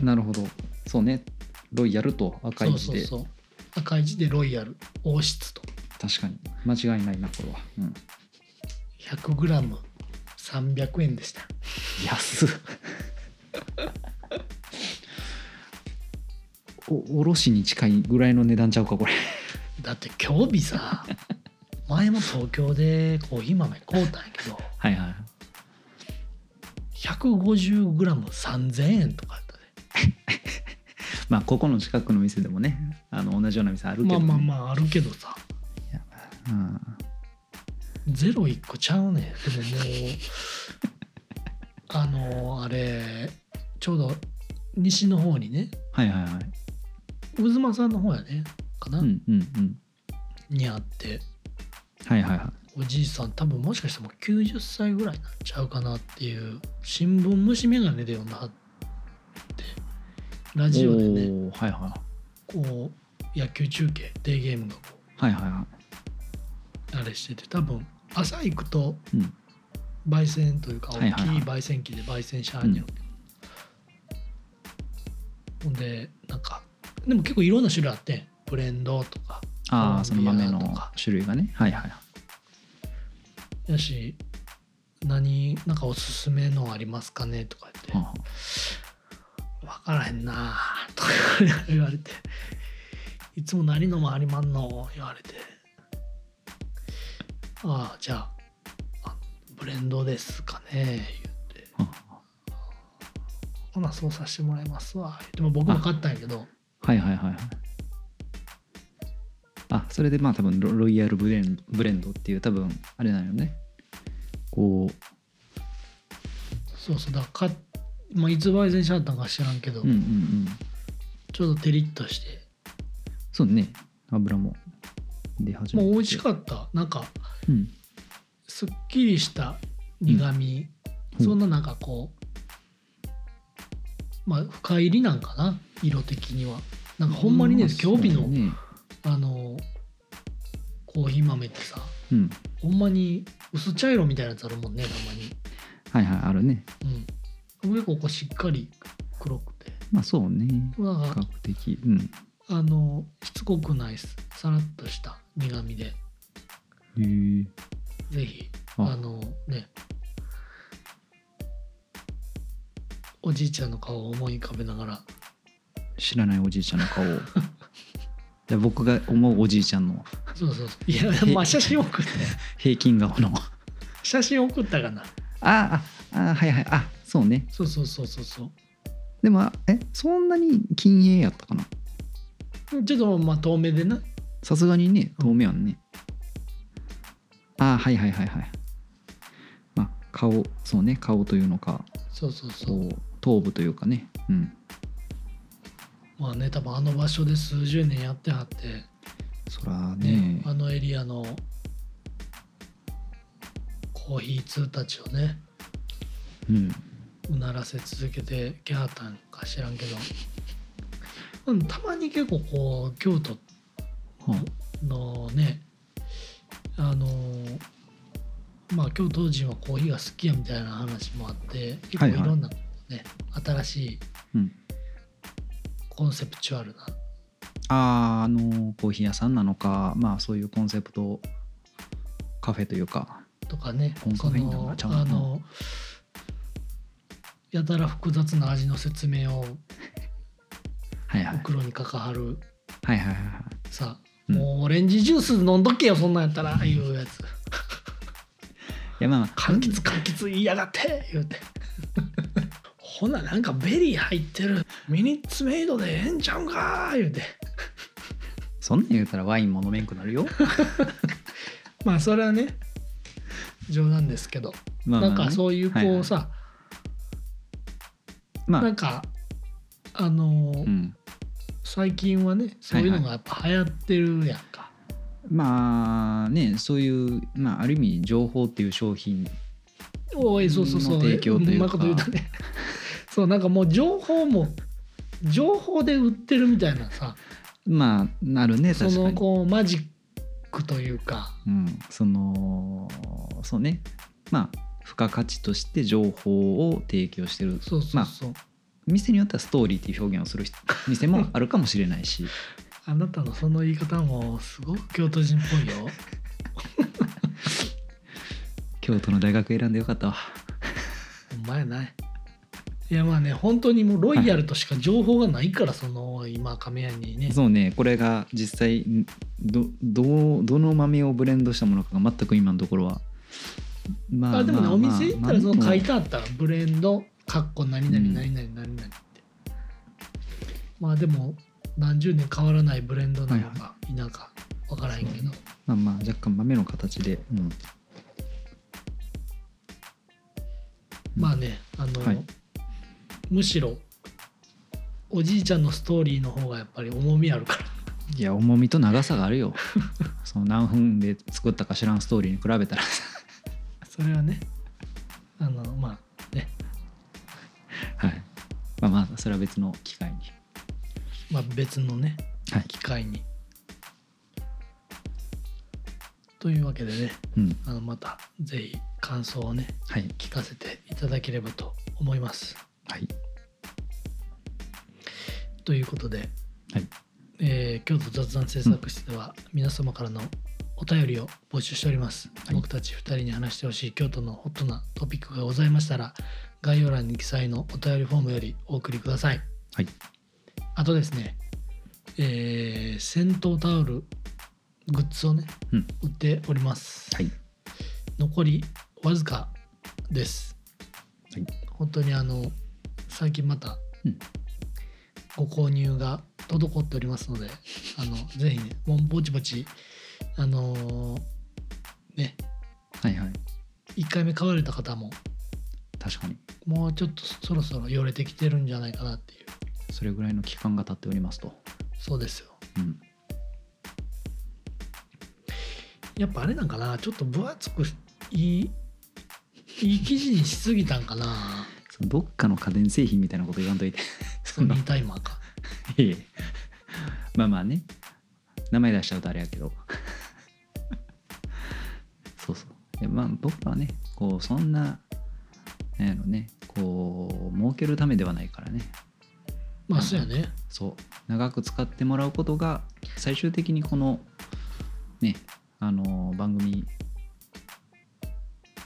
[SPEAKER 1] なるほどそうねロイヤルと赤い
[SPEAKER 2] そ
[SPEAKER 1] う字
[SPEAKER 2] そう
[SPEAKER 1] で
[SPEAKER 2] そう赤い字でロイヤル王室と
[SPEAKER 1] 確かに間違いないなこれはうん
[SPEAKER 2] 100g300 円でした
[SPEAKER 1] 安っ おおろしに近いぐらいの値段ちゃうかこれ
[SPEAKER 2] だって今日日 さ前も東京でコーヒー豆買うたんやけど
[SPEAKER 1] はいはい
[SPEAKER 2] 150g3000 円とかやったで
[SPEAKER 1] まあここの近くの店でもねあの同じような店あるけ
[SPEAKER 2] ま
[SPEAKER 1] ど、
[SPEAKER 2] あ
[SPEAKER 1] ね、
[SPEAKER 2] まあまああるけどさ
[SPEAKER 1] いやうん
[SPEAKER 2] ゼロ1個ちゃうねでももう あのあれちょうど西の方にね
[SPEAKER 1] はいはいはい
[SPEAKER 2] 渦間さんの方やねかな、
[SPEAKER 1] うんうんうん
[SPEAKER 2] にあって
[SPEAKER 1] はいはいはい
[SPEAKER 2] おじいさん多分もしかしてもう90歳ぐらいなんちゃうかなっていう新聞虫眼鏡で読んだはってラジオでね
[SPEAKER 1] おーはいはい
[SPEAKER 2] こう野球中継デーゲームがこ
[SPEAKER 1] はいはいは
[SPEAKER 2] うあれしてて多分朝行くと
[SPEAKER 1] いうん
[SPEAKER 2] 焙煎というか
[SPEAKER 1] は
[SPEAKER 2] 大
[SPEAKER 1] い
[SPEAKER 2] き
[SPEAKER 1] はいいはい
[SPEAKER 2] 焙煎機で焙煎しはんねんほんでなんかでも結構いろんな種類あってんブレンドとか
[SPEAKER 1] ああ
[SPEAKER 2] コ
[SPEAKER 1] そ
[SPEAKER 2] ロ
[SPEAKER 1] の
[SPEAKER 2] ンビア
[SPEAKER 1] 豆の
[SPEAKER 2] とか
[SPEAKER 1] 種類がねはいはいはい
[SPEAKER 2] やし何なんかおすすめのありますかねとか言って
[SPEAKER 1] はあはあ
[SPEAKER 2] 分からへんなあとか言われて「いつも何のもありまんの?」言われて「ああじゃああブレンドですかね」言って
[SPEAKER 1] はあは
[SPEAKER 2] 「ほなそうさせてもらいますわ」でも僕も買ったんやけど
[SPEAKER 1] あはいはいはいはいあそれでまあ多分ロロイヤルブレンブレンドっていう多分あれなんよねこ
[SPEAKER 2] そうそうだから買っまあ、いつ焙煎しはったんか知らんけど、
[SPEAKER 1] ううんうんうん
[SPEAKER 2] ちょっとテリッとして
[SPEAKER 1] そうね油も出始め
[SPEAKER 2] もう
[SPEAKER 1] て
[SPEAKER 2] 美味しかったなんか
[SPEAKER 1] うん
[SPEAKER 2] すっきりした苦味、
[SPEAKER 1] うん
[SPEAKER 2] そんななんかこうまあ深入りなんかな色的にはなんかほんまにね
[SPEAKER 1] そう
[SPEAKER 2] 今日日の、
[SPEAKER 1] ね
[SPEAKER 2] あのコーヒー豆ってさ
[SPEAKER 1] うん
[SPEAKER 2] ほんまに薄茶色みたいなやつあるもんね
[SPEAKER 1] はいはいあるね
[SPEAKER 2] たまにうん上ここしっかり黒くて
[SPEAKER 1] まあそうね
[SPEAKER 2] なん
[SPEAKER 1] 比
[SPEAKER 2] か
[SPEAKER 1] 較的うん
[SPEAKER 2] あのしつこくないっすさらっとした苦味で
[SPEAKER 1] へえ
[SPEAKER 2] ぜひあ
[SPEAKER 1] あ
[SPEAKER 2] のねおじいちゃんの顔を思い浮かべながら
[SPEAKER 1] 知らないおじいちゃんの 顔をいや僕が思うおじいちゃんの
[SPEAKER 2] そうそうそういやまあ写真送って
[SPEAKER 1] 平均顔の
[SPEAKER 2] 写真送ったかな
[SPEAKER 1] あああはいはいあそうね
[SPEAKER 2] そうそうそうそうそう
[SPEAKER 1] でもあえそんなに禁煙やったかな
[SPEAKER 2] ちょっとまあ遠目でな
[SPEAKER 1] さすがにね透明やんねあはいはいはいはい顔そうね顔というのか
[SPEAKER 2] そうそうそ
[SPEAKER 1] こ
[SPEAKER 2] う
[SPEAKER 1] う頭部というかねうん
[SPEAKER 2] まあね多分あの場所で数十年やってはって
[SPEAKER 1] そら
[SPEAKER 2] ね
[SPEAKER 1] ね
[SPEAKER 2] あのエリアのコーヒー通たちをね
[SPEAKER 1] うん
[SPEAKER 2] うならせ続けてきはったんか知らんけどうんたまに結構こう京都
[SPEAKER 1] は
[SPEAKER 2] のねあのまあ京都人はコーヒーが好きやみたいな話もあって結構
[SPEAKER 1] はい
[SPEAKER 2] い
[SPEAKER 1] はい
[SPEAKER 2] ろんなね、新しい
[SPEAKER 1] うん
[SPEAKER 2] コンセプチュアルな
[SPEAKER 1] あーあのコーヒー屋さんなのかまあそういうコンセプトカフェというか
[SPEAKER 2] とかね
[SPEAKER 1] 本
[SPEAKER 2] そ
[SPEAKER 1] 格的なの
[SPEAKER 2] の
[SPEAKER 1] がちゃうな
[SPEAKER 2] あのやたら複雑な味の説明を
[SPEAKER 1] はいはい
[SPEAKER 2] 袋にかかはる
[SPEAKER 1] はいはいはいはい
[SPEAKER 2] さ、
[SPEAKER 1] うん
[SPEAKER 2] もうオレンジジュース飲んどけよそんなんやったらいうやつ
[SPEAKER 1] いやまあ
[SPEAKER 2] 柑橘柑橘言いやがって言うてほななんかベリー入ってるミニッツメイドでええんちゃうんか言うて
[SPEAKER 1] そんなん言うたらワインも飲めんくなる よ
[SPEAKER 2] まあそれはね冗談ですけど、
[SPEAKER 1] まあまあね
[SPEAKER 2] なんかそういうこ
[SPEAKER 1] はいはいう
[SPEAKER 2] さ、
[SPEAKER 1] ま
[SPEAKER 2] なん
[SPEAKER 1] あ
[SPEAKER 2] かあのー
[SPEAKER 1] うん
[SPEAKER 2] 最近はねそういうのがやっぱ流行ってるやんか、
[SPEAKER 1] まあねそういうまあある意味情報っていう商品
[SPEAKER 2] おいそうそうそう
[SPEAKER 1] の提供というか
[SPEAKER 2] うまこと言うたねそうなんかもう情報も情報で売ってるみたいなさ
[SPEAKER 1] まあなるね
[SPEAKER 2] そ
[SPEAKER 1] 確か
[SPEAKER 2] の
[SPEAKER 1] に
[SPEAKER 2] こうマジックというか
[SPEAKER 1] うん、そのそうねまあ付加価値として情報を提供してる
[SPEAKER 2] そうそうそう、
[SPEAKER 1] 店によってはストーリーっていう表現をする人店もあるかもしれない し
[SPEAKER 2] あなたのその言い方もすごく京都人っぽいよ。
[SPEAKER 1] 京都の大学選んでよかったわ
[SPEAKER 2] お前ない。いやまあね本当にもうロイヤルとしか情報がないから、その今亀屋にね。
[SPEAKER 1] そうねこれが実際んどどうどの豆をブレンドしたものかが全く今のところはま
[SPEAKER 2] あでもね、
[SPEAKER 1] ま
[SPEAKER 2] お店行ったらその書い
[SPEAKER 1] まあ
[SPEAKER 2] てあったらブレンドかっこ何々何々何々って。まあでも何十年変わらないブレンドなのか否かわからへんけど、
[SPEAKER 1] まあまあ若干豆の形で、うん
[SPEAKER 2] まあねあの、
[SPEAKER 1] はい
[SPEAKER 2] むしろおじいちゃんのストーリーの方がやっぱり重みあるから。
[SPEAKER 1] いや重みと長さがあるよ その何分で作ったか知らんストーリーに比べたら さ
[SPEAKER 2] それはねあのまあね
[SPEAKER 1] はい。まあまあ、それは別の機会に。
[SPEAKER 2] まあ別のね
[SPEAKER 1] はい。
[SPEAKER 2] 機会にというわけでね
[SPEAKER 1] うん。
[SPEAKER 2] あのまたぜひ感想をね
[SPEAKER 1] はい。
[SPEAKER 2] 聞かせていただければと思います
[SPEAKER 1] はい。
[SPEAKER 2] ということで、
[SPEAKER 1] はい
[SPEAKER 2] えー京都雑談制作室では皆様からのお便りを募集しております、
[SPEAKER 1] はい
[SPEAKER 2] 僕たち2人に話してほしい京都のホットなトピックがございましたら概要欄に記載のお便りフォームよりお送りください
[SPEAKER 1] はい。
[SPEAKER 2] あとですね、えー、戦闘タオルグッズをね、
[SPEAKER 1] うん
[SPEAKER 2] 売っております、
[SPEAKER 1] はい。
[SPEAKER 2] 残りわずかです、
[SPEAKER 1] はい
[SPEAKER 2] 本当にあの最近また、
[SPEAKER 1] うん
[SPEAKER 2] ご購入が滞っておりま すのであのぜひねもうぼちぼちあのーね
[SPEAKER 1] はいはい。
[SPEAKER 2] 1回目買われた方も
[SPEAKER 1] 確かに。
[SPEAKER 2] もうちょっとそろそろよれてきてるんじゃないかなっていう
[SPEAKER 1] それぐらいの期間が経っておりますと。
[SPEAKER 2] そうですよ
[SPEAKER 1] うん。
[SPEAKER 2] やっぱあれなんかなちょっと分厚くいいいい生地にしすぎたんか な
[SPEAKER 1] そのどっかの家電製品みたいなこと言わんといて。
[SPEAKER 2] ソニータイマーか
[SPEAKER 1] いえいえまあまあね。名前出しちゃうとあれやけど。 そうそう。いやまあ僕はね、こう、そんな、なんやろね、こう、儲けるためではないからね。
[SPEAKER 2] まあそうやね
[SPEAKER 1] そう長く使ってもらうことが最終的にこのねあの番組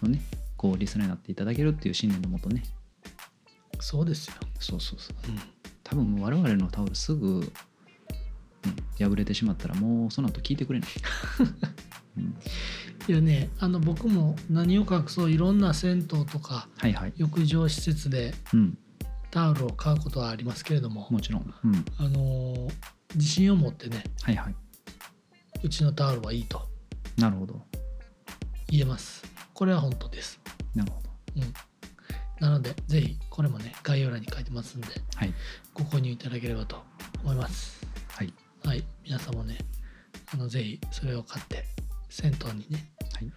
[SPEAKER 1] のねこうリスナーになっていただけるっていう信念のもとね
[SPEAKER 2] そうですよ、
[SPEAKER 1] そうそうそう
[SPEAKER 2] うん
[SPEAKER 1] 多分もう我々のタオルすぐ、ね、破れてしまったらもうその後聞いてくれない、うん
[SPEAKER 2] いやねあの僕も何を隠そういろんな銭湯とか
[SPEAKER 1] はいはい
[SPEAKER 2] 浴場施設で
[SPEAKER 1] うん
[SPEAKER 2] タオルを買うことはありますけれども
[SPEAKER 1] もちろん、うん、
[SPEAKER 2] あのー自信を持ってね
[SPEAKER 1] はいはいう
[SPEAKER 2] ちのタオルはいいと
[SPEAKER 1] なるほど
[SPEAKER 2] 言えますこれは本当です
[SPEAKER 1] なるほど
[SPEAKER 2] なのでぜひこれもね概要欄に書いてますんで、
[SPEAKER 1] はい
[SPEAKER 2] ご購入いただければと思います
[SPEAKER 1] はい
[SPEAKER 2] はい皆さんもねあのぜひそれを買って銭湯にね、
[SPEAKER 1] はい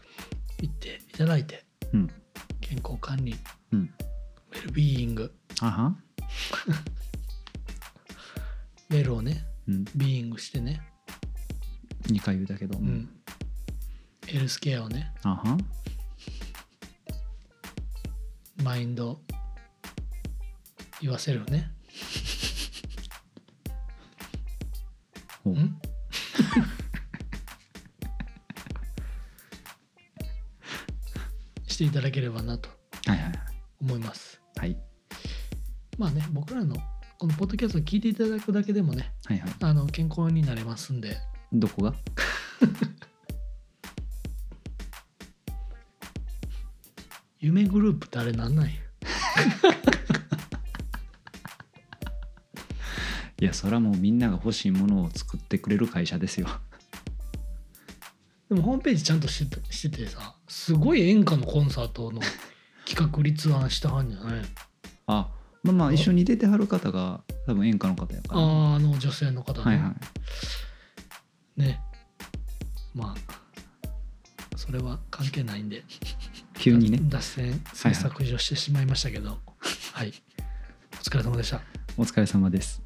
[SPEAKER 2] 行っていただいて
[SPEAKER 1] うん
[SPEAKER 2] 健康管理
[SPEAKER 1] うん
[SPEAKER 2] ウェルビーイング
[SPEAKER 1] あはん
[SPEAKER 2] ウェルをね
[SPEAKER 1] うん
[SPEAKER 2] ビーイングしてね、
[SPEAKER 1] 2回言うだけど、う
[SPEAKER 2] うん、ヘルスケアをね
[SPEAKER 1] あはん
[SPEAKER 2] マインド言わせるね
[SPEAKER 1] ほうん
[SPEAKER 2] していただければなと
[SPEAKER 1] はいはいはい
[SPEAKER 2] 思います
[SPEAKER 1] はい
[SPEAKER 2] まあね僕らのこのポッドキャストを聞いていただくだけでもね
[SPEAKER 1] はいはい
[SPEAKER 2] あの健康になれますんで
[SPEAKER 1] どこが
[SPEAKER 2] 夢グループってあれなんない
[SPEAKER 1] いやそれはもうみんなが欲しいものを作ってくれる会社ですよ
[SPEAKER 2] でもホームページちゃんとしてたしててさすごい演歌のコンサートの企画立案したはんじゃない
[SPEAKER 1] あまあまあ一緒に出てはる方が多分演歌の方やから
[SPEAKER 2] あーあの女性の方ね,、
[SPEAKER 1] はいはい
[SPEAKER 2] ねまあそれは関係ないんで
[SPEAKER 1] 急にね
[SPEAKER 2] 脱線制作削除してしまいましたけどはい、お疲れ様でした
[SPEAKER 1] お疲れ様です